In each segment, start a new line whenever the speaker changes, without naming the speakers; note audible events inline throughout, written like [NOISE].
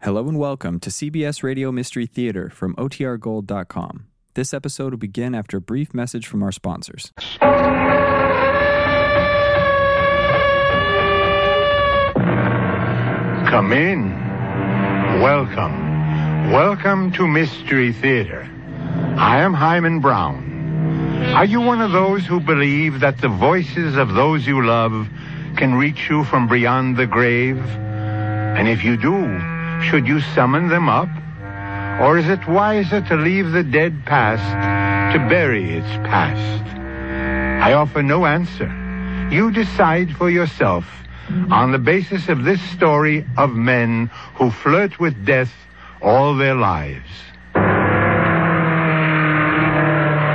Hello and welcome to CBS Radio Mystery Theater from OTRGold.com. This episode will begin after a brief message from our sponsors.
Come in. Welcome. Welcome to Mystery Theater. I am Hyman Brown. Are you one of those who believe that the voices of those you love can reach you from beyond the grave? And if you do, should you summon them up? Or is it wiser to leave the dead past to bury its past? I offer no answer. You decide for yourself on the basis of this story of men who flirt with death all their lives.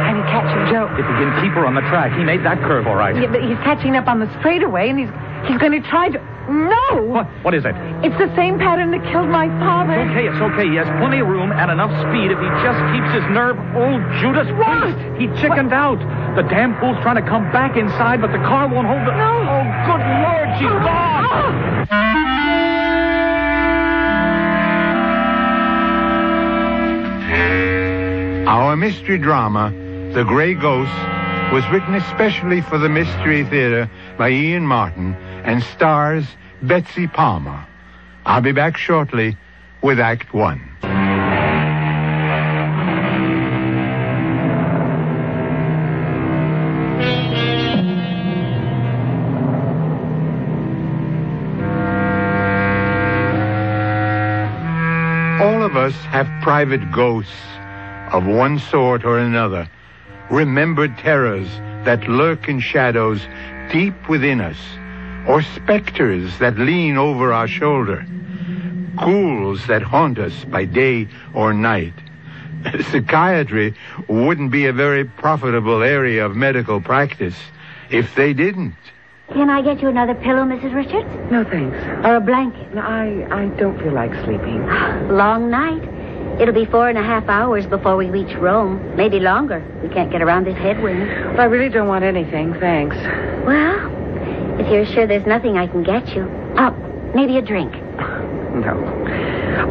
And he catches Joe.
If he can keep her on the track, he made that curve all right.
Yeah, but he's catching up on the straightaway, and he's he's going to try to. No!
What? What is it?
It's the same pattern that killed my father.
Okay, it's okay. He has plenty of room and enough speed if he just keeps his nerve. Old Judas
What?
Priest. He chickened out. The damn fool's trying to come back inside, but the car won't hold the.
No. Ah.
Oh, good lord, she's gone.
Ah!
Our mystery drama, The Gray Ghost, was written especially for the Mystery Theater by Ian Martin and stars Betsy Palmer. I'll be back shortly with Act One. All of us have private ghosts of one sort or another, remembered terrors that lurk in shadows deep within us, or specters that lean over our shoulder, ghouls that haunt us by day or night. [LAUGHS] Psychiatry wouldn't be a very profitable area of medical practice if they didn't.
Can I get you another pillow, Mrs. Richards?
No, thanks.
Or a blanket?
No, I, I don't feel like sleeping.
[GASPS] Long night. It'll be four and a half hours before we reach Rome. Maybe longer. We can't get around this headwind.
I really don't want anything, thanks.
Well, if you're sure there's nothing I can get you. Oh, maybe a drink. [LAUGHS]
No.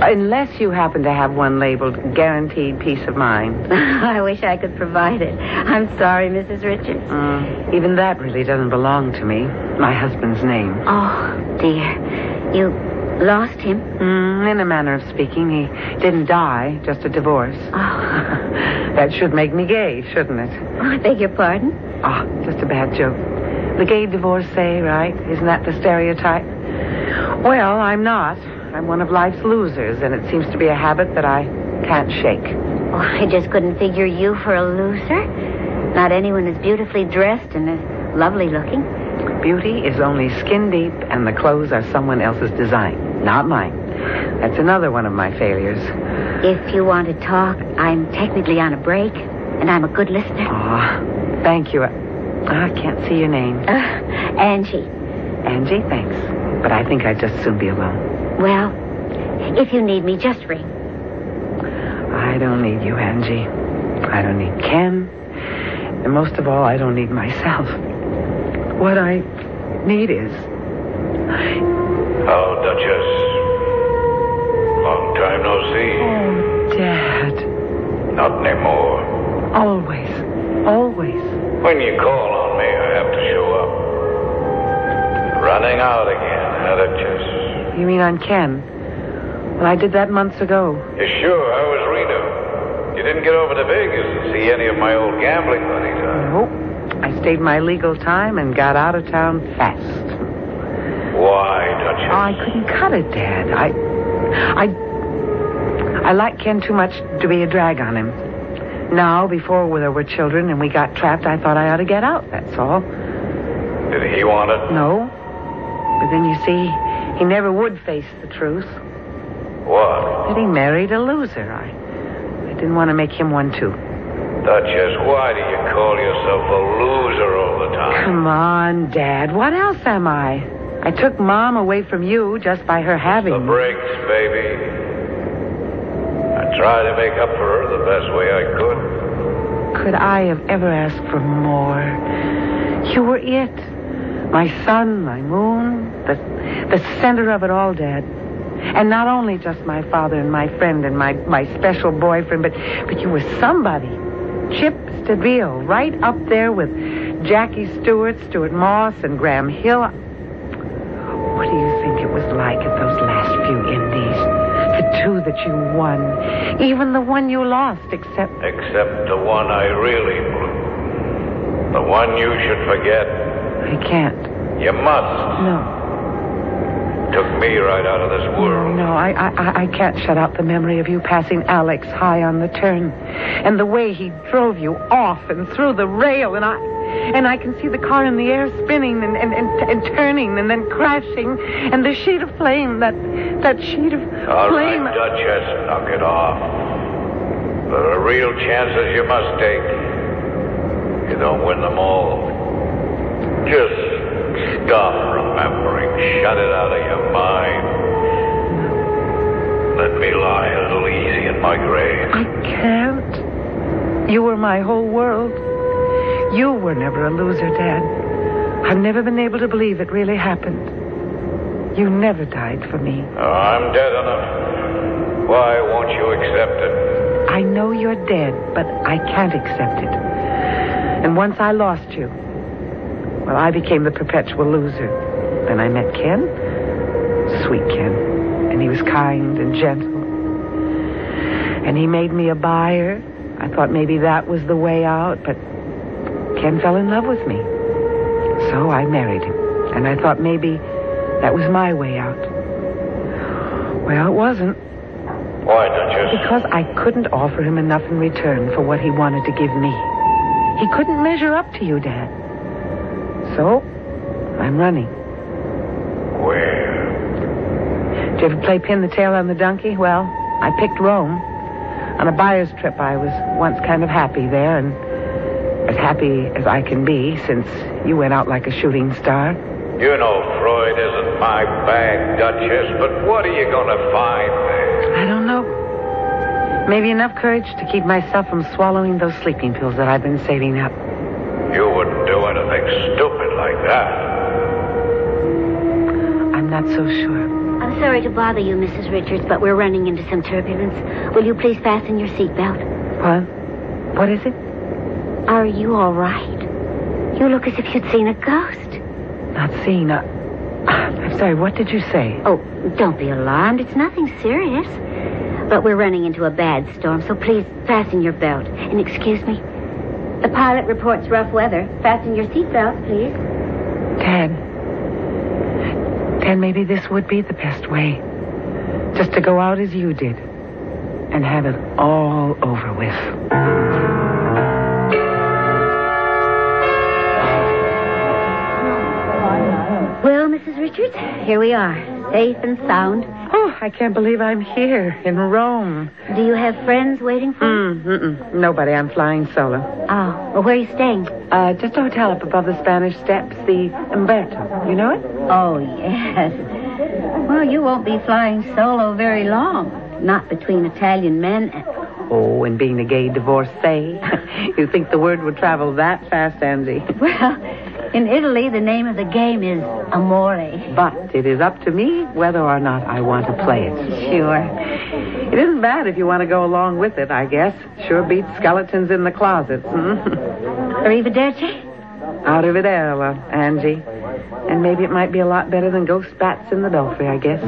Unless you happen to have one labeled guaranteed peace of mind.
I wish I could provide it. I'm sorry, Mrs. Richards.
Mm, even that really doesn't belong to me. My husband's name.
Oh, dear. You lost him?
Mm, in a manner of speaking, he didn't die, just a divorce. [LAUGHS]
Oh,
that should make me gay, shouldn't it?
I beg your pardon.
Ah, just a bad joke. The gay divorcee, right? Isn't that the stereotype? Well, I'm not. I'm one of life's losers, and it seems to be a habit that I can't shake.
Oh, I just couldn't figure you for a loser. Not anyone as beautifully dressed and as lovely looking.
Beauty is only skin deep, and the clothes are someone else's design, not mine. That's another one of my failures.
If you want to talk, I'm technically on a break, and I'm a good listener.
Ah, thank you. I, I can't see your name.
Uh, Angie,
Angie, thanks. But I think I'd just soon be alone.
well, if you need me, just ring.
I don't need you, Angie. I don't need Ken. And most of all, I don't need myself. What I need is.
Oh, Duchess. Long time no see.
Dad.
Not anymore.
Always. Always.
When you call on me, I have to show up. Running out again, huh, Duchess?
You mean on Ken? Well, I did that months ago.
You sure? How was Reno? You didn't get over to Vegas and see any of my old gambling buddies, huh?
Nope. I stayed my legal time and got out of town fast.
Why, Duchess?
Oh, I couldn't cut it, Dad. I. I. I like Ken too much to be a drag on him. Now, before there were children and we got trapped, I thought I ought to get out, that's all.
Did he want it?
No. But then you see, he never would face the truth.
What?
That he married a loser. I, I didn't want to make him one, too.
Duchess, why do you call yourself a loser all the time?
Come on, Dad. What else am I? I took Mom away from you just by her having
The
me.
breaks, baby. I tried to make up for her the best way I could.
Could I have ever asked for more? You were it. My sun, my moon, the, the center of it all, Dad. And not only just my father and my friend and my, my special boyfriend, but, but you were somebody. Chip DeVille, right up there with Jackie Stewart, Stuart Moss, and Graham Hill. What do you think it was like at those last few indies? The two that you won, even the one you lost, except
Except the one I really blew. The one you should forget.
I can't.
You must.
No,
Took me right out of this world.
no, I, I, I- I can't shut out the memory of you passing Alex high on the turn, and the way he drove you off and through the rail, and I, and I can see the car in the air spinning and and, and, and turning and then crashing, and the sheet of flame that that sheet of
All right,
flame.
Duchess, knock it off. There are real chances you must take. You don't win them all. Just stop remembering. Shut it out of your mind. Let me lie a little easy in my grave.
I can't. You were my whole world. You were never a loser, Dad. I've never been able to believe it really happened. You never died for me.
Oh, I'm dead enough. Why won't you accept it?
I know you're dead, but I can't accept it. And once I lost you, well, I became the perpetual loser. Then I met Ken, sweet Ken, and he was kind and gentle. And he made me a buyer. I thought maybe that was the way out, but Ken fell in love with me. So I married him, and I thought maybe that was my way out. Well, it wasn't.
Why, Duchess?
Because I couldn't offer him enough in return for what he wanted to give me. He couldn't measure up to you, Dad. So, I'm running.
Where?
Did you ever play pin the tail on the donkey? Well, I picked Rome. On a buyer's trip, I was once kind of happy there, and as happy as I can be since you went out like a shooting star.
You know Freud isn't my bag, Duchess, but what are you going to find there?
I don't know. Maybe enough courage to keep myself from swallowing those sleeping pills that I've been saving up.
You wouldn't do anything stupid like that.
I'm not so sure.
I'm sorry to bother you, Mrs. Richards, but we're running into some turbulence. Will you please fasten your seatbelt?
What? What is it?
Are you all right? You look as if you'd seen a ghost.
Not seen. Uh, [SIGHS] I'm sorry, what did you say?
Oh, don't be alarmed. It's nothing serious. But we're running into a bad storm, so please fasten your belt. And excuse me. The pilot reports rough weather. Fasten your seatbelt, please.
Tad. Tad, maybe this would be the best way. Just to go out as you did and have it all over with.
Well, Mrs. Richards, here we are, safe and sound.
Oh, I can't believe I'm here in Rome.
Do you have friends waiting for you?
Mm, mm-mm. Nobody, I'm flying solo.
Oh, well, where are you staying?
Uh, just a hotel up above the Spanish steps, the Umberto. You know it?
Oh, yes. Well, you won't be flying solo very long. Not between Italian men. and- [LAUGHS]
Oh, and being a gay divorcee. [LAUGHS] you think the word would travel that fast, Angie.
Well, in Italy, the name of the game is Amore.
But it is up to me whether or not I want to play it.
Sure.
It isn't bad if you want to go along with it, I guess. Sure beats skeletons in the closet. Hmm? [LAUGHS]
Arrivederci.
Out of it, Ella, Angie. And maybe it might be a lot better than ghost bats in the belfry, I guess.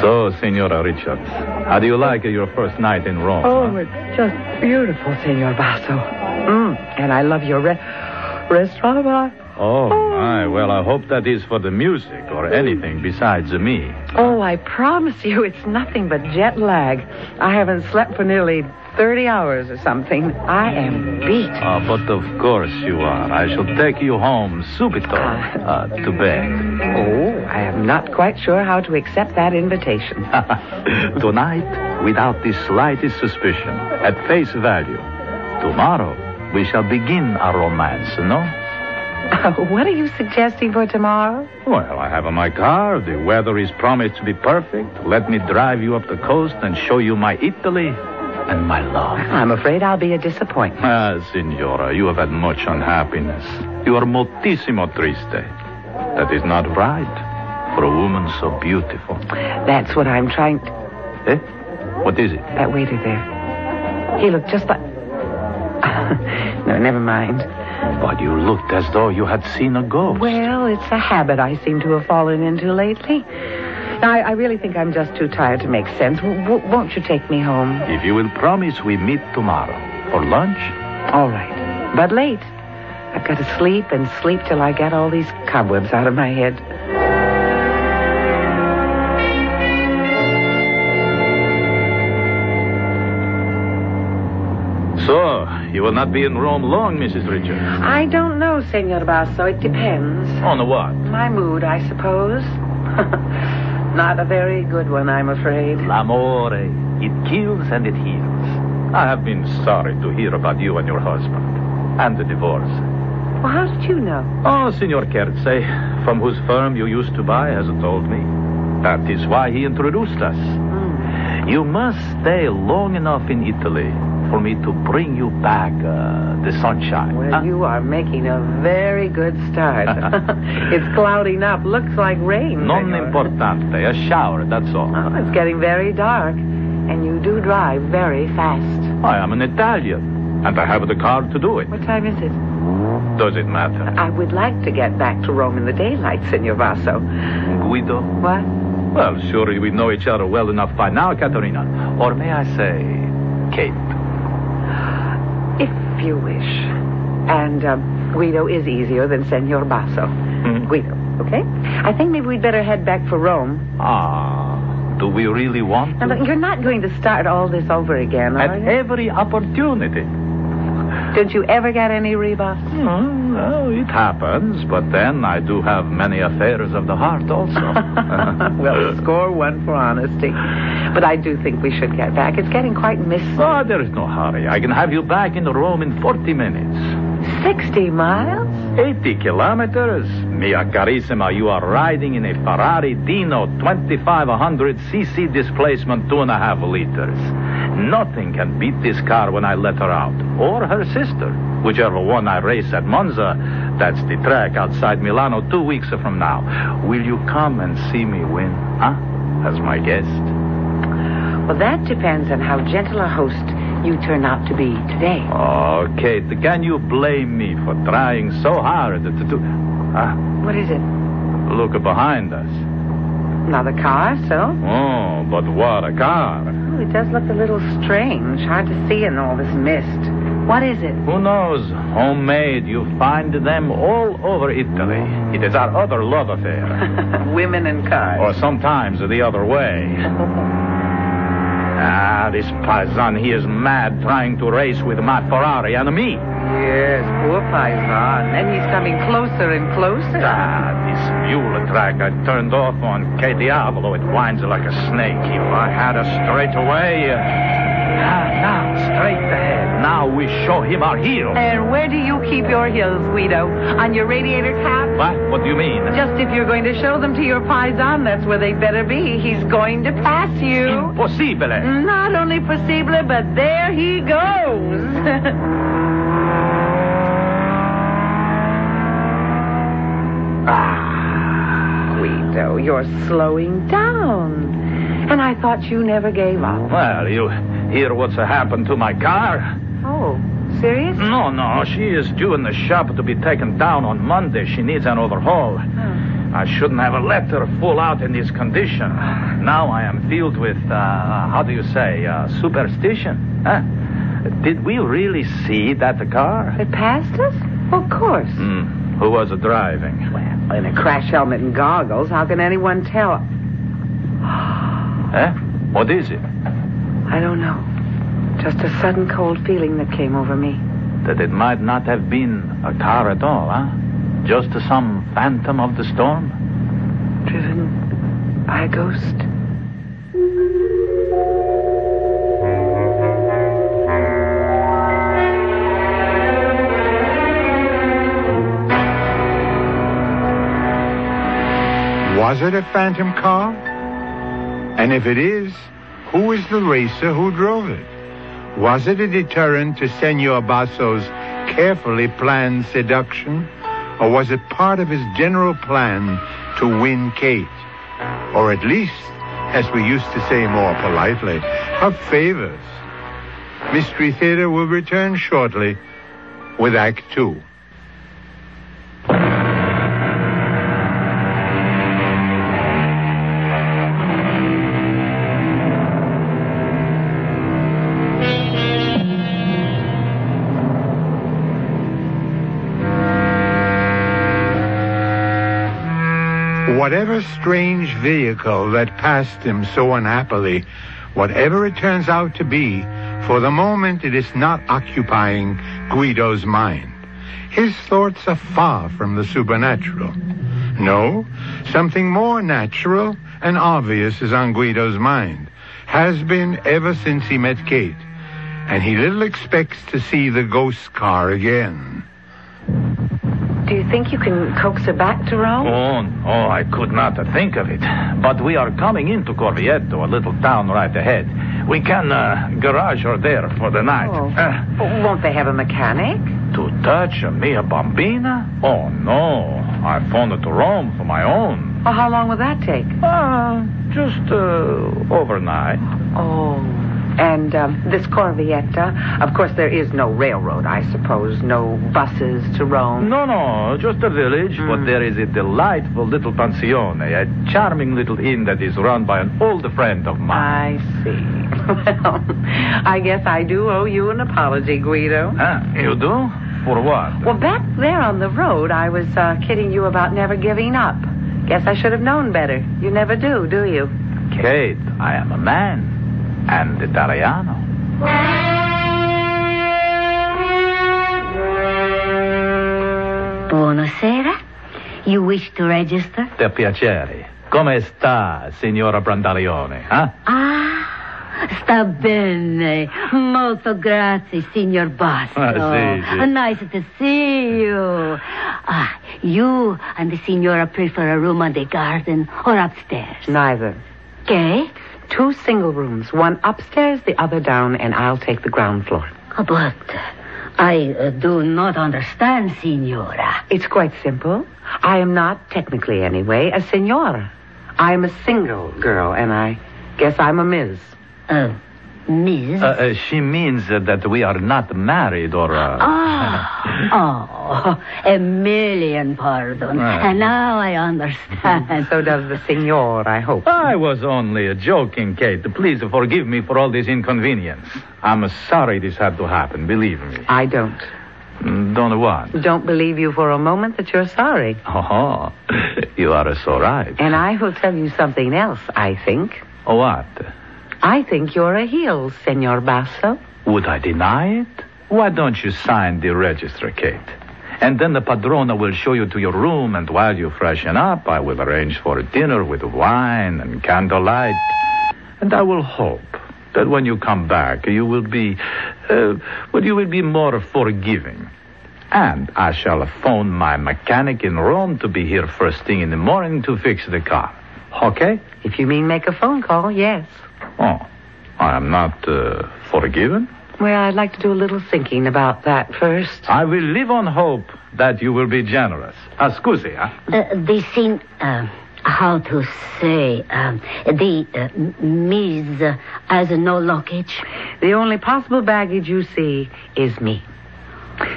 So, Senora Richards, how do you like your first night in Rome?
Oh, it's just beautiful, Senor Basso. Mm, and I love your re- restaurant.
huh? Oh, my. Well, I hope that is for the music or anything besides me.
Oh, I promise you, it's nothing but jet lag. I haven't slept for nearly 30 hours or something. I am beat.
Ah, but of course you are. I shall take you home subito uh, to bed. [LAUGHS]
Oh, I am not quite sure how to accept that invitation. [LAUGHS]
Tonight, without the slightest suspicion, at face value. Tomorrow, we shall begin our romance, no?
Oh, what are you suggesting for tomorrow?
Well, I have my car. The weather is promised to be perfect. Let me drive you up the coast and show you my Italy. and my love.
[LAUGHS] I'm afraid I'll be a disappointment.
Ah, Signora, you have had much unhappiness. You are moltissimo triste. That is not right for a woman so beautiful.
That's what I'm trying to.
Eh? What is it?
That waiter there. He looked just like. [LAUGHS] no, never mind.
But you looked as though you had seen a ghost.
Well, it's a habit I seem to have fallen into lately. Now, I, I really think I'm just too tired to make sense. W- w- won't you take me home?
If you will promise we meet tomorrow for lunch,
All right. But late. I've got to sleep and sleep till I get all these cobwebs out of my head.
so you will not be in Rome long, Mrs. Richards.
I don't know, Senor Basso. It depends.
On what?
My mood, I suppose. [LAUGHS] Not a very good one, I'm afraid.
L'amore. It kills and it heals. I have been sorry to hear about you and your husband and the divorce.
Well, how did you know?
Oh, Signor Kerze, from whose firm you used to buy, has told me. That is why he introduced us.
Hmm.
You must stay long enough in Italy for me to bring you back uh, the sunshine. Ah,
Well,
Huh?
you are making a very good start. [LAUGHS] it's clouding up. Looks like rain.
Non
Senor.
importante, a shower, that's all.
Oh, it's getting very dark, and you do drive very fast.
I am an Italian, and I have the car to do it.
What time is it?
Does it
[LAUGHS]
matter?
I would like to get back to Rome in the daylight, Senor Vaso.
Guido?
What?
Well, surely we know each other well enough by now, Caterina. Or may I say, Kate?
If you wish. And um, Guido is easier than Senor Basso. Guido, okay? I think maybe we'd better head back for Rome.
Ah, do we really want
Now, look, you're not going to start all this over again, are
At
you?
every opportunity.
Did you ever get any [LAUGHS] rebuffs?
Hmm, well, it happens, but then I do have many affairs of the heart [LAUGHS] also.
well, score one for honesty. But I do think we should get back. It's getting quite misty.
Ah, there is no hurry. I can have you back in Rome in 40 minutes.
60 miles?
80 kilometers? Mia carissima, you are riding in a Ferrari Dino 2500 cc displacement, two and a half liters. Nothing can beat this car when I let her out, or her sister, whichever one I race at Monza. That's the track outside Milano two weeks from now. Will you come and see me win, huh? As my guest?
Well, that depends on how gentle a host you turn out to be today.
Oh, Kate, can you blame me for trying so hard to do. Ah,
What is it?
look behind us.
Another car, so?
Oh, but what a car.
Oh, it does look a little strange. Hard to see in all this mist. What is it? [LAUGHS]
Who knows? Homemade, you find them all over Italy. It is our other love
[LAUGHS]
affair.
Women and
or
cars.
sometimes the other way. Ah, this Paisan, he is mad trying to race with my Ferrari and me.
Yes, poor Paisan. And he's coming closer and closer.
Ah, this mule track I turned off on K Diavolo. It winds like a snake. If I had a straight away. uh, Ah, now, straight ahead. Now we show him our heel.
And where do you keep your heels, Guido? On your radiator cap?
What? What do you mean?
Just if you're going to show them to your Paisan, that's where they'd better be. He's going to pass you.
Impossibile.
Not only possible, but there he goes. [LAUGHS] Ah, Guido, you're slowing down. And I thought you never gave up.
Well, you hear what's happened to my car?
Oh, serious?
No, no. She is due in the shop to be taken down on Monday. She needs an overhaul. I shouldn't have let her fall out in this condition. Now I am filled with, uh, how do you say, uh, superstition. Huh? Did we really see that the car?
It passed us? Of course.
Hmm. Who was driving?
Well, in a crash helmet and goggles, how can anyone tell?
Eh? What is it?
I don't know. Just a sudden cold feeling that came over me.
That it might not have been a car at all, huh? Just some phantom of the storm?
Driven by a ghost.
Was it a phantom car? And if it is, who is the racer who drove it? Was it a deterrent to Senor Basso's carefully planned seduction? Or was it part of his general plan to win Kate? Or at least, as we used to say more politely, her favors. Mystery Theater will return shortly with Act Two. Whatever strange vehicle that passed him so unhappily, whatever it turns out to be, for the moment it is not occupying Guido's mind. His thoughts are far from the supernatural. No, something more natural and obvious is on Guido's mind, has been ever since he met Kate, and he little expects to see the ghost car again.
Do you think you can coax her back to Rome?
Oh, no, I could not think of it. But we are coming into Corvieto, a little town right ahead. We can uh, garage her there for the night.
Oh.
Uh,
Oh, won't they have a mechanic?
to touch a mia bambina? Oh, no. I phoned it to Rome for my own.
Well, how long will that take?
Uh, just uh, overnight.
Oh. And um, this Corvietta, of course, there is no railroad, I suppose, no buses to Rome.
No, no, just a village, but there is a delightful little pensione, a charming little inn that is run by an old friend of mine.
I see. [LAUGHS] Well, I guess I do owe you an apology, Guido.
Ah, you do? For what?
Well, back there on the road, I was uh, kidding you about never giving up. Guess I should have known better. You never do, do you?
Kate, I am a man and Italiano.
Buonasera. You wish to register?
Te piacere. Come sta, signora Brandalione? eh? Huh?
Ah, sta bene. Molto grazie, signor Basso.
Ah, sì, sì.
Nice to see you. Ah, you and the signora prefer a room on the garden or upstairs?
Neither.
Okay.
Two single rooms, one upstairs, the other down, and I'll take the ground floor.
Oh, But I uh, do not understand, signora.
It's quite simple. I am not, technically anyway, a senora. I'm a single girl, and I guess I'm a Ms.
Uh, Miss?
Uh, uh, she means uh, that we are not married or. Uh...
Ah, oh, a million pardon.
Right.
And now I
[LAUGHS]
understand.
[LAUGHS] So does the senor, I hope.
I was only joking, Kate. Please forgive me for all this inconvenience. I'm sorry this had to happen, believe me.
I don't.
Mm, Don't what?
[LAUGHS] Don't believe you for a moment that you're sorry.
Oh, [LAUGHS] you are so right. Oh,
And I will tell you something else, I think.
What?
I think you're a heel, Senor Basso.
Would I deny it? Why don't you sign the register, Kate? And then the padrona will show you to your room, and while you freshen up, I will arrange for a dinner with wine and candlelight. And I will hope that when you come back, you will be, uh, well, you will be more forgiving. And I shall phone my mechanic in Rome to be here first thing in the morning to fix the car. Okay?
If you mean make a phone call, yes.
Oh, I am not uh, forgiven?
Well, I'd like to do a little thinking about that first.
I will live on hope that you will be generous. Ah, scusi, eh?
Uh, they seem, um, how to say, um, the uh, Miss uh, has no luggage.
The only possible baggage you see is me.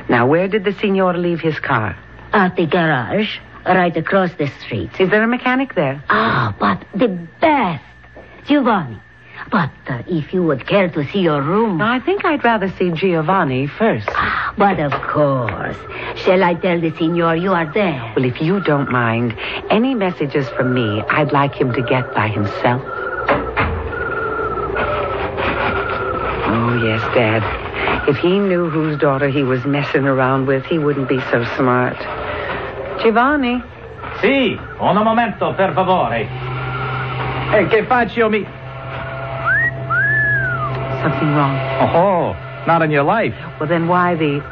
Now, where did the senor leave his car?
At the garage, right across the street.
Is there a mechanic there?
Ah, but the best, Giovanni. But uh, if you would care to see your room.
Now, I think I'd rather see Giovanni first.
But of course. Shall I tell the signor you are there?
Well, if you don't mind, any messages from me, I'd like him to get by himself. Oh, yes, Dad. If he knew whose daughter he was messing around with, he wouldn't be so smart. Giovanni.
Sì, un momento, per favore. E che faccio mi...
Something wrong.
Oh, not in your life.
Well, then why the.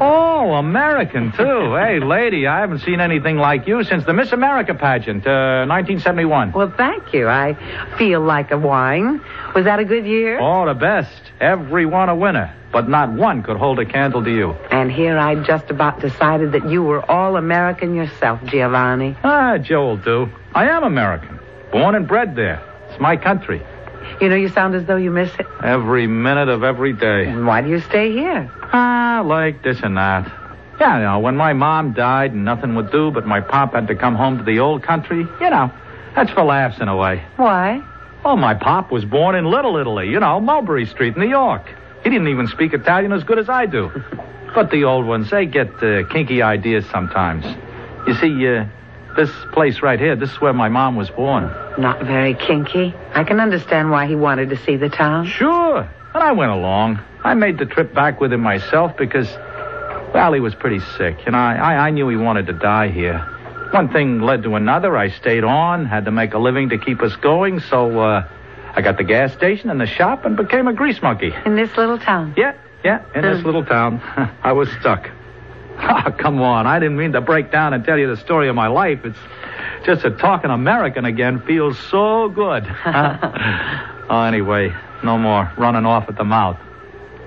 Oh, American, [LAUGHS] too. hey, lady, I haven't seen anything like you since the Miss America pageant, uh, 1971.
Well, thank you. I feel like a wine. Was that a good year?
Oh, the best. Everyone a winner. But not one could hold a candle to you.
And here I just about decided that you were all American yourself, Giovanni.
Ah, Joe will do. I am American. Born and bred there. It's my country.
You know, you sound as though you miss it.
Every minute of every day.
Why do you stay here?
Ah, like this and that. Yeah, you know, when my mom died and nothing would do, but my pop had to come home to the old country, you know, that's for laughs in a way.
Why?
Oh, my pop was born in Little Italy, you know, Mulberry Street, New York. He didn't even speak Italian as good as I do. But the old ones, they get uh, kinky ideas sometimes. You see, uh, this place right here, this is where my mom was born.
Not very kinky. I can understand why he wanted to see the town.
Sure. And I went along. I made the trip back with him myself because, well, he was pretty sick, and I, I, I knew he wanted to die here. One thing led to another. I stayed on, had to make a living to keep us going, so uh, I got the gas station and the shop and became a grease monkey.
In this little town.
Yeah, yeah, in this little town. [LAUGHS] I was stuck. [LAUGHS] Ah, come on. I didn't mean to break down and tell you the story of my life. It's just that talking American again feels so good. [LAUGHS] oh, anyway, no more running off at the mouth.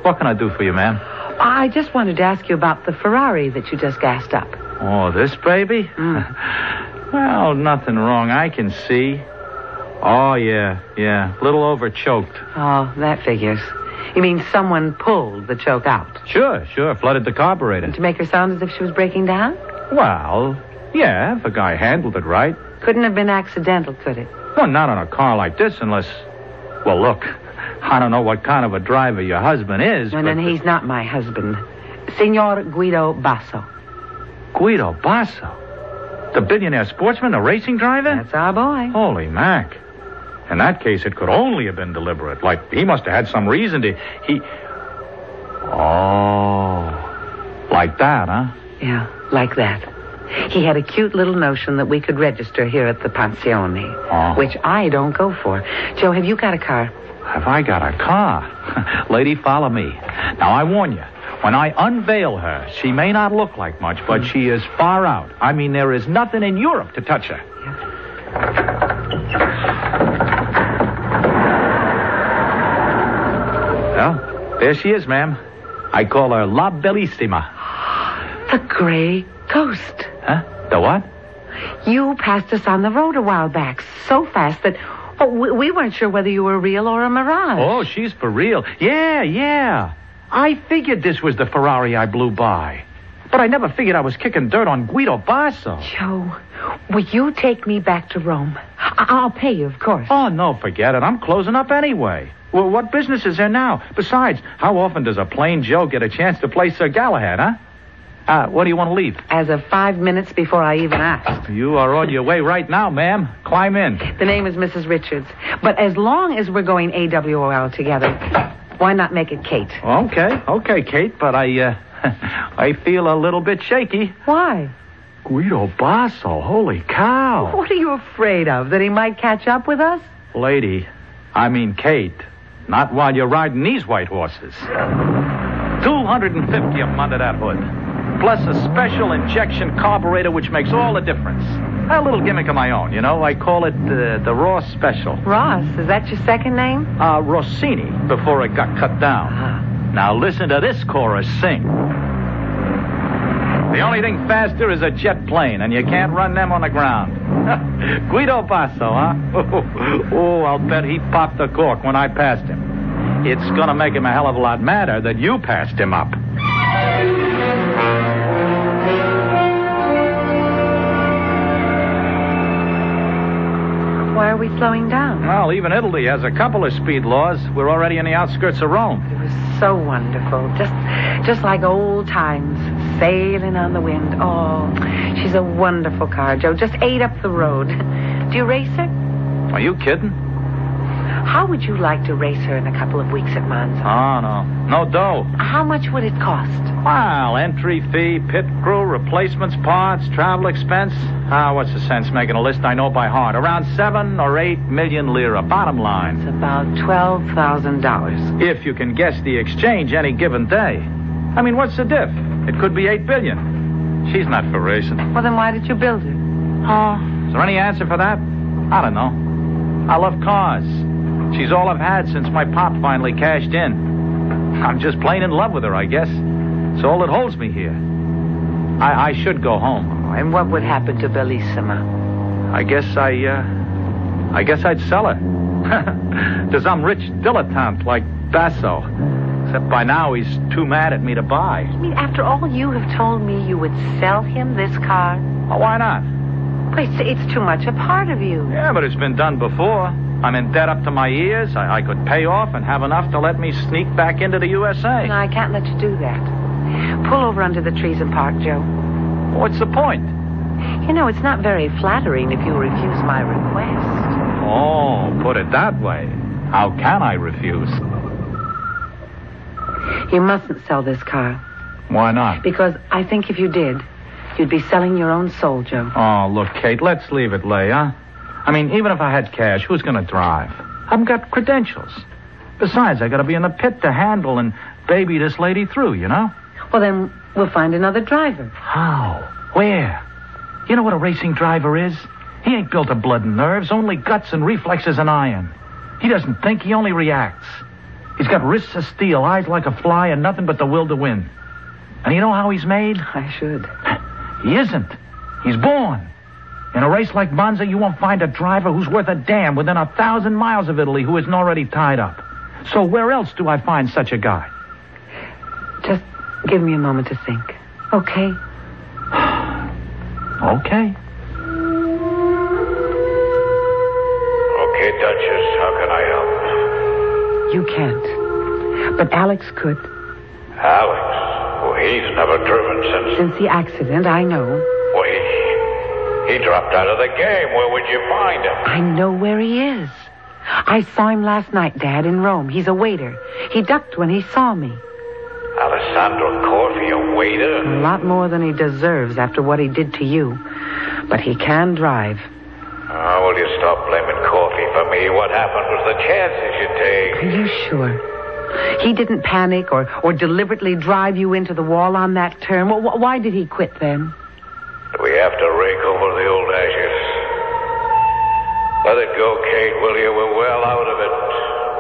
What can I do for you, ma'am?
I just wanted to ask you about the Ferrari that you just gassed up.
Oh, this baby? [LAUGHS] well, nothing wrong I can see. Oh, yeah, yeah. Little over choked.
Oh, that figures. You mean someone pulled the choke out
Sure, sure. Flooded the carburetor.
to make her sound as if she was breaking down?
Well, yeah, if a guy handled it right.
Couldn't have been accidental, could it?
Well, not on a car like this unless. Well, look, I don't know what kind of a driver your husband is.
No,
but
no, no, he's not my husband. Signor Guido Basso.
Guido Basso. The billionaire sportsman, the racing driver?
That's our boy.
Holy Mac. In that case, it could only have been deliberate. Like, he must have had some reason to. He. Oh. Like that, huh?
Yeah, like that. He had a cute little notion that we could register here at the Pansione,
Oh.
which I don't go for. Joe, have you got a car?
Have I got a car? [LAUGHS] Lady, follow me. Now, I warn you, when I unveil her, she may not look like much, but she is far out. I mean, there is nothing in Europe to touch her. Well, there she is, ma'am. I call her La Bellissima.
The Gray Ghost.
Huh? The what?
You passed us on the road a while back so fast that oh, we, we weren't sure whether you were real or a mirage.
Oh, she's for real. Yeah, yeah. I figured this was the Ferrari I blew by. But I never figured I was kicking dirt on Guido Basso.
Joe, will you take me back to Rome? I- I'll pay you, of course.
Oh, no, forget it. I'm closing up anyway. Well, what business is there now? Besides, how often does a plain Joe get a chance to play Sir Galahad, huh? Uh, what do you want to leave?
As of five minutes before I even asked.
You are on your way right now, ma'am. Climb in.
The name is Mrs. Richards. But as long as we're going AWOL together, why not make it Kate?
Okay, okay, Kate, but I, uh, [LAUGHS] I feel a little bit shaky.
Why?
Guido Basso, holy cow.
What are you afraid of? That he might catch up with us?
Lady, I mean Kate, not while you're riding these white horses. 250 a month of that hood. Plus a special injection carburetor which makes all the difference. A little gimmick of my own, you know. I call it uh, the Ross Special.
Ross, is that your second name?
Uh, Rossini, before it got cut down. Now listen to this chorus sing. The only thing faster is a jet plane, and you can't run them on the ground. [LAUGHS] Guido Basso, huh? [LAUGHS] oh, I'll bet he popped the cork when I passed him. It's gonna make him a hell of a lot madder that you passed him up.
Why are we slowing down?
Well, even Italy has a couple of speed laws. We're already in the outskirts of Rome.
It was so wonderful. Just, just like old times, sailing on the wind. Oh, she's a wonderful car, Joe. Just ate up the road. [LAUGHS] Do you race her?
Are you kidding?
How would you like to race her in a couple of weeks at Monza?
Oh, no. No dough.
How much would it cost?
Well, entry fee, pit crew, replacements, parts, travel expense. Ah, what's the sense making a list I know by heart? Around seven or eight million lira, bottom line.
It's about $12,000.
If you can guess the exchange any given day. I mean, what's the diff? It could be eight billion. She's not Ferration.
Well, then why did you build her?
Is there any answer for that? I don't know. I love cars. She's all I've had since my pop finally cashed in. I'm just plain in love with her, I guess. It's all that holds me here. I, I should go home.
And what would happen to Bellissima?
I guess I, uh, I guess I'd sell her. [LAUGHS] to some rich dilettante like Basso. Except by now he's too mad at me to buy.
I mean, after all you have told me, you would sell him this car.
Well, why not?
Wait, so it's too much a part of you.
Yeah, but it's been done before. I'm in debt up to my ears. I, I could pay off and have enough to let me sneak back into the USA.
No, I can't let you do that. Pull over under the trees and park, Joe.
What's the point?
You know, it's not very flattering if you refuse my request.
Oh, put it that way. How can I refuse?
You mustn't sell this car.
Why not?
Because I think if you did, you'd be selling your own soul, Joe.
Oh, look, Kate, let's leave it lay, huh? I mean, even if I had cash, who's going to drive? I haven't got credentials. Besides, I got to be in the pit to handle and baby this lady through, you know?
Well, then we'll find another driver.
How? Where? You know what a racing driver is? He ain't built of blood and nerves, only guts and reflexes and iron. He doesn't think, he only reacts. He's got wrists of steel, eyes like a fly, and nothing but the will to win. And you know how he's made?
I should.
He isn't. He's born. In a race like Monza, you won't find a driver who's worth a damn within a thousand miles of Italy who isn't already tied up. So where else do I find such a guy?
Just give me a moment to think. Okay?
Okay.
Okay, Duchess, how can I help?
You can't. But Alex could.
Alex? Well, he's never driven since.
Since the accident, I know.
Well, he, he dropped out of the game. Where would you find him?
I know where he is. I saw him last night, Dad, in Rome. He's a waiter. He ducked when he saw me.
Alessandro Corfi, a
A
waiter?
lot more than he deserves after what he did to you. But he can drive.
Oh, will you stop blaming Corfi for me? What happened was the chances you
Are
take.
you sure? He didn't panic or, or deliberately drive you into the wall on that turn. Well, wh- why did he quit then?
We have to rake over the old ashes. Let it go, Kate, will you? We're well out of it.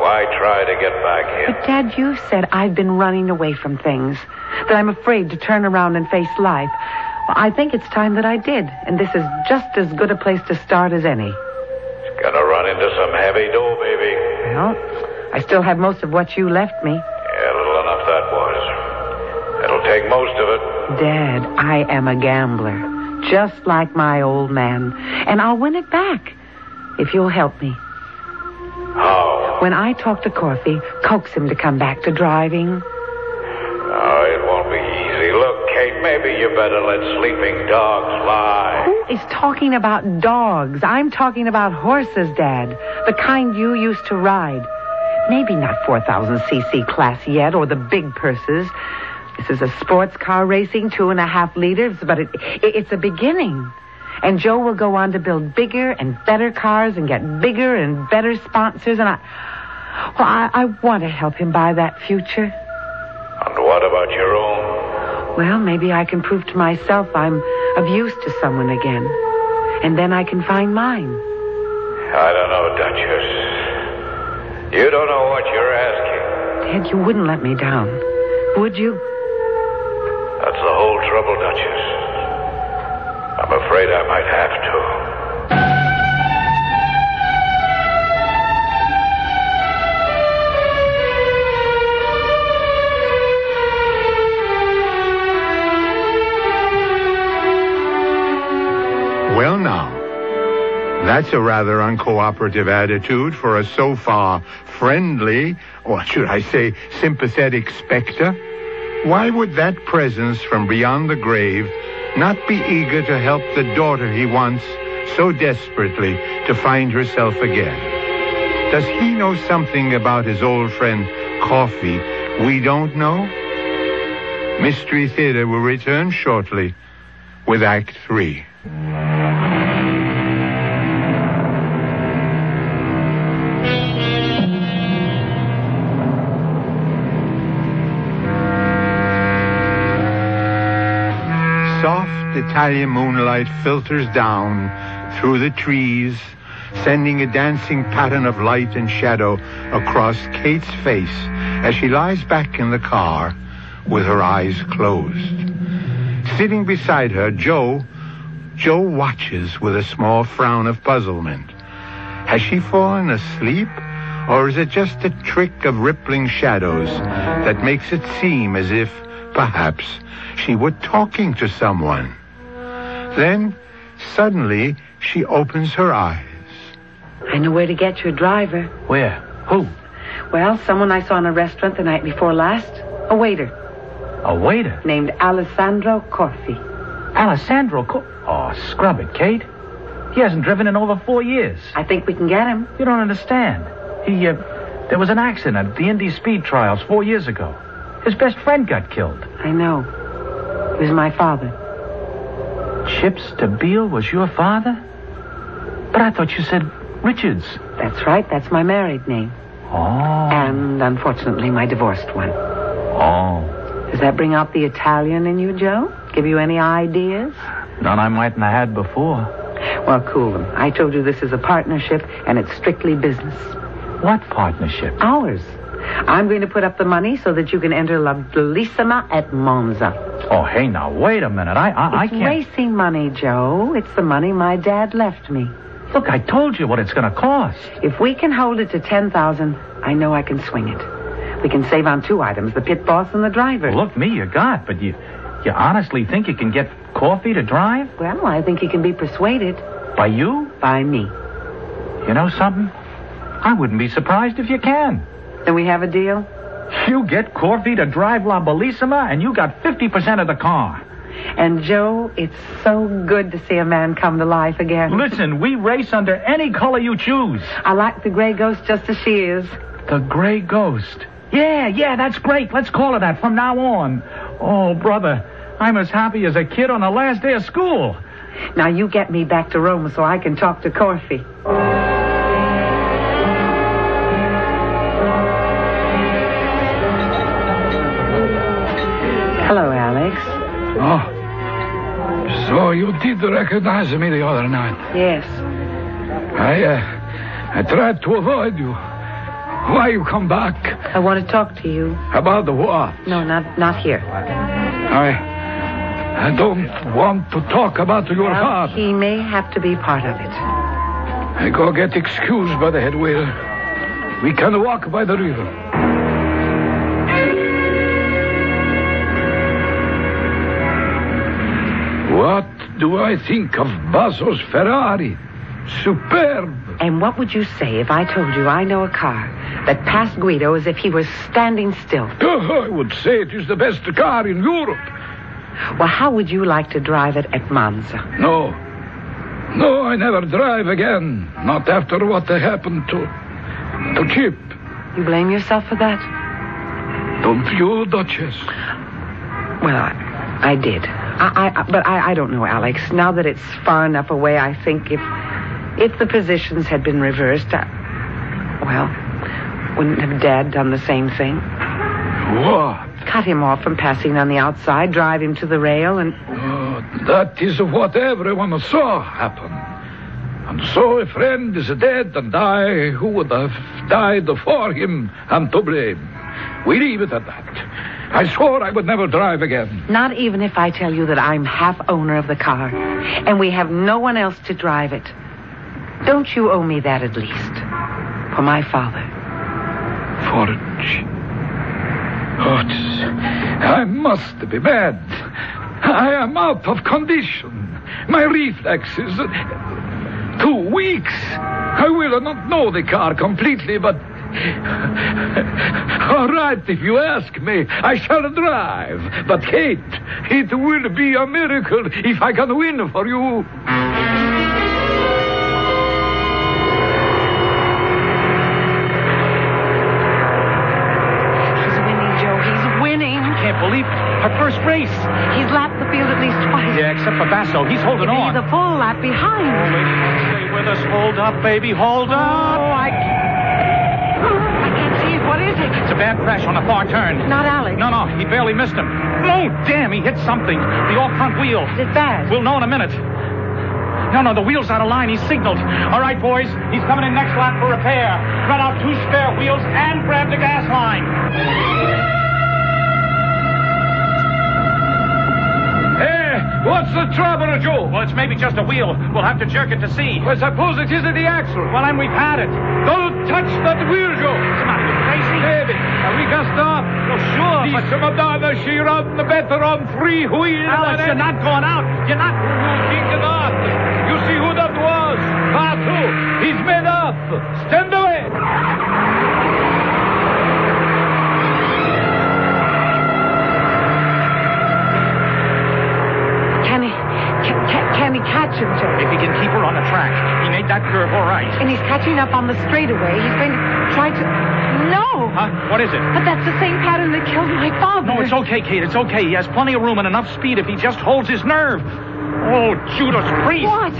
Why try to get back in?
But, Dad, you've said I've been running away from things, that I'm afraid to turn around and face life. Well, I think it's time that I did, and this is just as good a place to start as any.
It's gonna run into some heavy dough, baby.
Well, I still have most of what you left me.
Yeah, little enough that was. It'll take most of it.
Dad, I am a gambler, just like my old man, and I'll win it back if you'll help me.
How?
When I talk to Corfy, coax him to come back to driving.
Oh, it won't be easy. Look, Kate, maybe you better let sleeping dogs lie.
Who is talking about dogs? I'm talking about horses, Dad. The kind you used to ride. Maybe not 4,000cc class yet, or the big purses. This is a sports car racing, two and a half liters, but it, it, it's a beginning. And Joe will go on to build bigger and better cars and get bigger and better sponsors, and I. Well, I, I want to help him buy that future.
And what about your own?
Well, maybe I can prove to myself I'm of use to someone again. And then I can find mine.
I don't know, Duchess. You don't know what you're asking.
Ted, you wouldn't let me down. Would you?
That's the whole trouble, Duchess. I'm afraid I might have to.
Well, now, that's a rather uncooperative attitude for a so far friendly, or should I say, sympathetic specter. Why would that presence from beyond the grave not be eager to help the daughter he wants so desperately to find herself again? Does he know something about his old friend Coffee we don't know? Mystery Theater will return shortly with Act Three. soft Italian moonlight filters down through the trees, sending a dancing pattern of light and shadow across Kate's face as she lies back in the car with her eyes closed. Sitting beside her, Joe, Joe watches with a small frown of puzzlement. Has she fallen asleep? Or is it just a trick of rippling shadows that makes it seem as if, perhaps, she were talking to someone? Then, suddenly, she opens her eyes.
I know where to get your driver.
Where? Who?
Well, someone I saw in a restaurant the night before last. A waiter
A waiter?
named Alessandro Corfi.
Alessandro. Co- oh, scrub it, Kate. He hasn't driven in over four years.
I think we can get him.
You don't understand. He, uh, there was an accident at the Indy Speed Trials four years ago. His best friend got killed.
I know. He was my father.
Chips DeBeal was your father? But I thought you said Richards.
That's right. That's my married name.
Oh.
And unfortunately, my divorced one.
Oh.
Does that bring out the Italian in you, Joe? Give you any ideas?
None I mightn't have had before.
Well, cool them. I told you this is a partnership, and it's strictly business.
What partnership?
Ours. I'm going to put up the money so that you can enter La Bellissima at Monza.
Oh, hey, now, wait a minute. I, I, I
it's
can't.
racing money, Joe. It's the money my dad left me.
Look, I told you what it's going to cost.
If we can hold it to 10,000, I know I can swing it. We can save on two items, the pit boss and the driver.
Look, me, you got, but you, you honestly think you can get coffee to drive
Well, I think he can be persuaded
by you?
by me.
You know something? I wouldn't be surprised if you can.
Then we have a deal?
You get Corby to drive La Bellissima, and you got 50% of the car.
And Joe, it's so good to see a man come to life again.
Listen, we race under any color you choose.
I like the gray ghost just as she is.
The Gray Ghost. Yeah, yeah, that's great. Let's call it that from now on. Oh, brother, I'm as happy as a kid on the last day of school.
Now you get me back to Rome so I can talk to Corfi. Hello, Alex.
Oh. So you did recognize me the other night.
Yes.
I, uh, I tried to avoid you. Why you come back?
I want to talk to you.
About the war?
No, not not here.
I, I don't want to talk about your
Well,
father.
he may have to be part of it.
I go get excused by the head waiter. We can walk by the river. What do I think of Basso's Ferrari? Superb. [LAUGHS]
And what would you say if I told you I know a car that passed Guido as if he was standing still?
Oh, I would say it is the best car in Europe.
Well, how would you like to drive it at Monza?
No. No, I never drive again. Not after what happened to. to Chip.
You blame yourself for that?
Don't you, Duchess?
Well, I, I did. I, I, I- but I, I don't know, Alex. Now that it's far enough away, I think if if the positions had been reversed, I, well, wouldn't have Dad done the same thing?
What?
Cut him off from passing on the outside, drive him to the rail, and
Oh, that is what everyone saw happen. And so a friend is dead, and I, who would have died for him, am to blame. We leave it at that. I swore I would never drive again.
Not even if I tell you that I'm half owner of the car, and we have no one else to drive it. Don't you owe me that at least? For my father.
For Ch- Oh, it is- I must be mad. I am out of condition. My reflexes. Two weeks. I will not know the car completely, but. [LAUGHS] All right, if you ask me, I shall drive. But, Kate, it will be a miracle if I can win for you.
He's winning, Joe. He's winning.
Can't believe it. Her first race.
He's lapped the field at least twice.
Yeah, except for Basso. He's holding on.
He's a full lap behind. Oh,
Stay with us. Hold up, baby. Hold up.
I can't see it. What is
is it?
It's a bad crash on a far turn.
Not Alex.
No, no, he barely missed him. Oh, damn, he hit something. The off front wheel.
Is it bad?
We'll know in a minute. No, no, the wheel's out of line. He's signaled. All right, boys, he's coming in next lap for repair. Run out two spare wheels and grab the gas line.
Hey, Eh, what's the trouble, Joe?
Well, it's maybe just a wheel. We'll have to jerk it to see.
Well, suppose it isn't the axle.
Well, then we've had it.
Don't touch that wheel, Joe.
Come on, you crazy?
David, are we got off?
Well, sure,
These
but-
some of the other she run the better on three wheels.
Alex,
than
you're
any-
not going out. You're not.
You think not. You see who that was? Patu. He's made up. Stand away.
Can he, can, can- can he catch him, Joe?
If he can keep her on the track, he made that curve all right.
And he's catching up on the straightaway. He's going to try to. No!
Huh? What is it?
But that's the same pattern that killed my father.
No, it's okay, Kate. It's okay. He has plenty of room and enough speed if he just holds his nerve. Oh, Judas Priest.
What?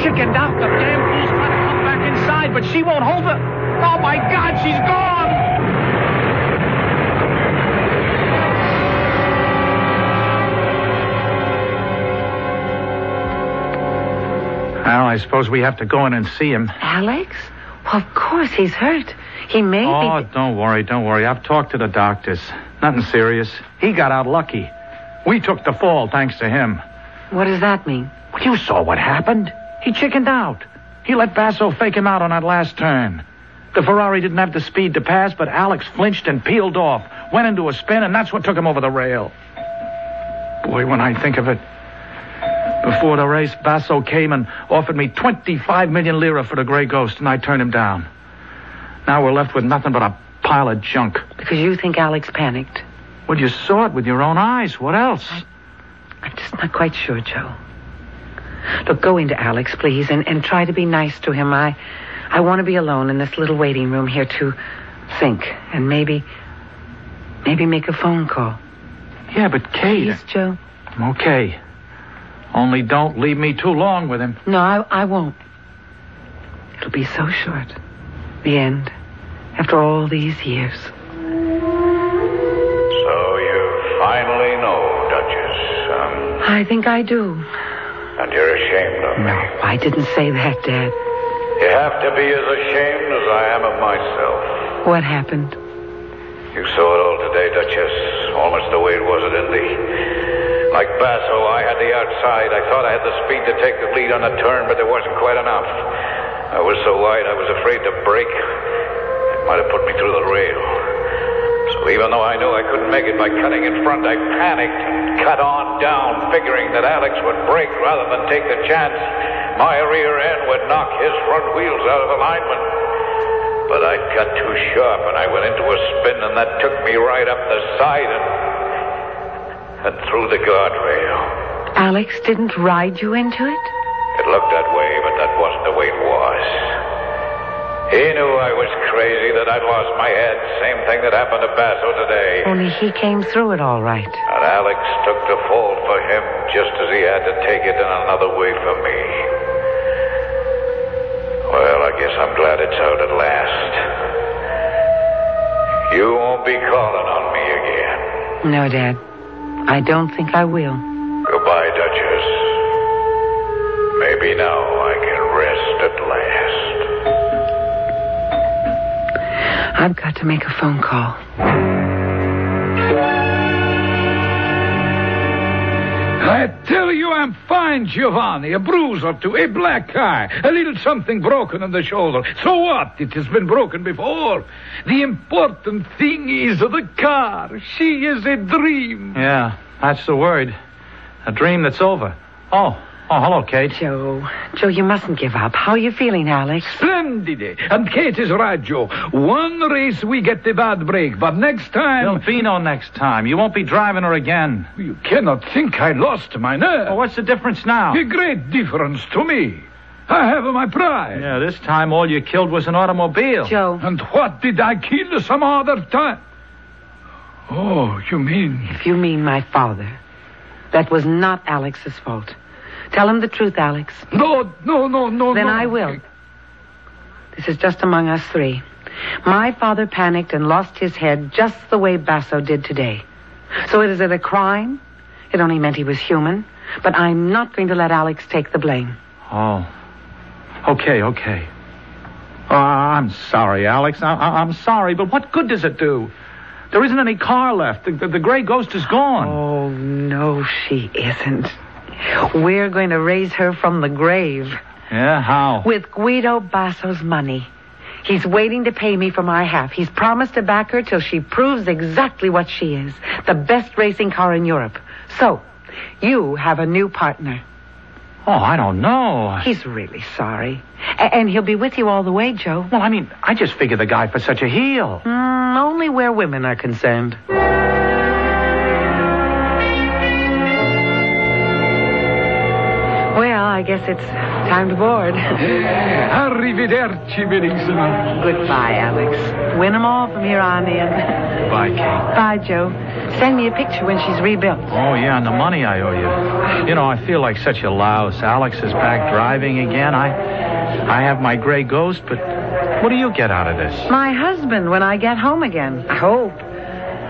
Chickened out. The damn fool's trying to come back inside, but she won't hold the. Oh, my God, she's gone. Well, I suppose we have to go in and see him.
Alex? Well, of course, he's hurt. He may
Oh,
be.
don't worry, don't worry. I've talked to the doctors. Nothing serious. He got out lucky. We took the fall thanks to him.
What does that mean?
Well, you saw what happened. He chickened out. He let Basso fake him out on that last turn. The Ferrari didn't have the speed to pass, but Alex flinched and peeled off, went into a spin, and that's what took him over the rail. Boy, when I think of it, before the race, Basso came and offered me 25 million lira for the Grey Ghost, and I turned him down. Now we're left with nothing but a pile of junk.
Because you think Alex panicked.
Well, you saw it with your own eyes. What else?
I'm just not quite sure, Joe. Look, go into Alex, please, and, and try to be nice to him. I, I want to be alone in this little waiting room here to think and maybe, maybe make a phone call.
Yeah, but Kate.
Please, Joe.
I'm okay. Only don't leave me too long with him.
No, I, I won't. It'll be so short. The end. After all these years.
So you finally know, Duchess, um,
I think I do.
and you're ashamed of
No,
me.
I didn't say that, Dad.
You have to be as ashamed as I am of myself.
What happened?
You saw it all today, Duchess. Almost the way it was at Indy. Like Basso, I had the outside. I thought I had the speed to take the lead on the turn, but there wasn't quite enough. I was so wide, I was afraid to brake. It might have put me through the rail. So even though I knew I couldn't make it by cutting in front, I panicked and cut on down, figuring that Alex would brake rather than take the chance. My rear end would knock his front wheels out of alignment. But I cut too sharp and I went into a spin and that took me right up the side and, and through the guardrail.
Alex didn't ride you into it?
It looked that way, but that wasn't the way it was. He knew I was crazy, that I'd lost my head. Same thing that happened to Basso today.
Oh,
Only he came through it all right.
And Alex took the fall for him just as he had to take it in another way for me. Well, I guess I'm glad it's out at last. You won't be calling on me again.
No, Dad. I don't think I will.
Goodbye, Duchess. Maybe now I can rest at last.
I've got to make a phone call.
I tell you, I'm fine, Giovanni. A bruise or two, a black eye, a little something broken on the shoulder. So what? It has been broken before. The important thing is the car. She is a dream.
Yeah, that's the word. A dream that's over. Oh, oh, hello, Kate.
Joe, Joe, you mustn't give up. How are you feeling, Alex?
Splendide. And Kate is right, Joe. One race we get the bad break, but next
There'll
time.
be no next time. You won't be driving her again.
You cannot think I lost my nerve.
Well, what's the difference now?
A great difference to me. I have my pride.
Yeah, this time all you killed was an automobile.
Joe,
And what did I kill some other time? Oh, you mean.
if you mean my father, that was not Alex's fault. Tell him the truth, Alex.
No, no, no, no,
Then
no.
I will. This is just among us three. My father panicked and lost his head just the way Basso did today. So is it a crime? It only meant he was human. But I'm not going to let Alex take the blame.
Oh. Okay, okay. Oh, I'm sorry, Alex. I- I- I'm sorry, but what good does it do? There isn't any car left. The, the, the gray ghost is gone.
Oh, no, she isn't. We're going to raise her from the grave
Yeah, how?
with Guido Basso's money. He's waiting to pay me for my half. He's promised to back her till she proves exactly what she is the best racing car in Europe. So, you have a new partner.
Oh, I don't know.
He's really sorry. A- and he'll be with you all the way, Joe.
Well, I mean, I just figure the guy for such a heel.
Mm, only where women are concerned. Well, I guess it's time to board. [LAUGHS]
Arrivederci, Bellissima.
Goodbye, Alex. Win 'em all from here on in.
[LAUGHS] Bye, Kate.
Bye, Joe. Send me a picture when she's rebuilt.
Oh, yeah, and the money I owe you. You know, I feel like such a louse. Alex is back driving again. I I have my gray ghost, but what do you get out of this?
My husband when I get home again. I hope.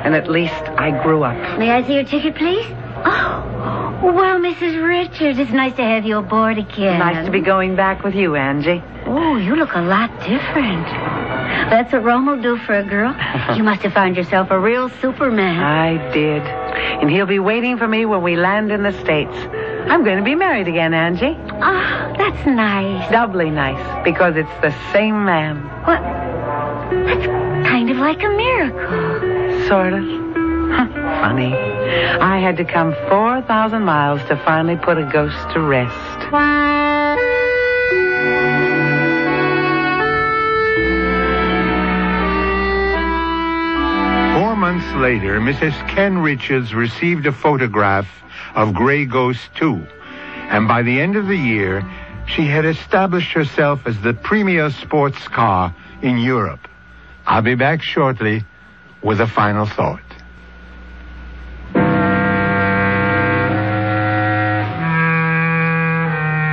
And at least I grew up.
May I see your ticket, please? Oh, well, Mrs. Richards, it's nice to have you aboard again.
Nice to be going back with you, Angie.
Oh, you look a lot different. That's what Rome will do for a
[LAUGHS]
girl. you must have found yourself a real Superman.
I did. And he'll be waiting for me when we land in the States. I'm going to be married again, Angie.
Ah, that's nice.
Doubly nice, because it's the same man.
What? That's kind of like a miracle.
Sort of. Huh, Funny. I had to come 4,000 miles to finally put a ghost to rest.
Four months later, Mrs. Ken Richards received a photograph of Grey Ghost 2, and by the end of the year, she had established herself as the premier sports car in Europe. I'll be back shortly with a final thought.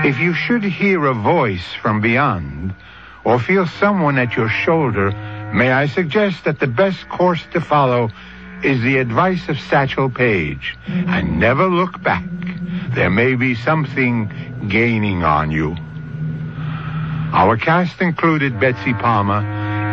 If you should hear a voice from beyond, or feel someone at your shoulder, may I suggest that the best course to follow is the advice of Satchel Paige and never look back. There may be something gaining on you. Our cast included Betsy Palmer,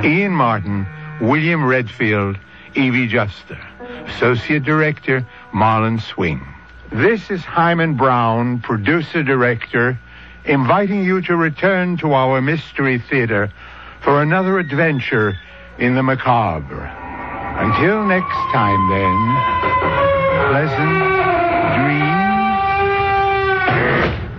Ian Martin, William Redfield, Evie Juster, Associate Director Marlon Swing. This is Hyman Brown, producer director, inviting you to return to our Mystery Theater for another adventure in the macabre. Until next time, then, pleasant dreams.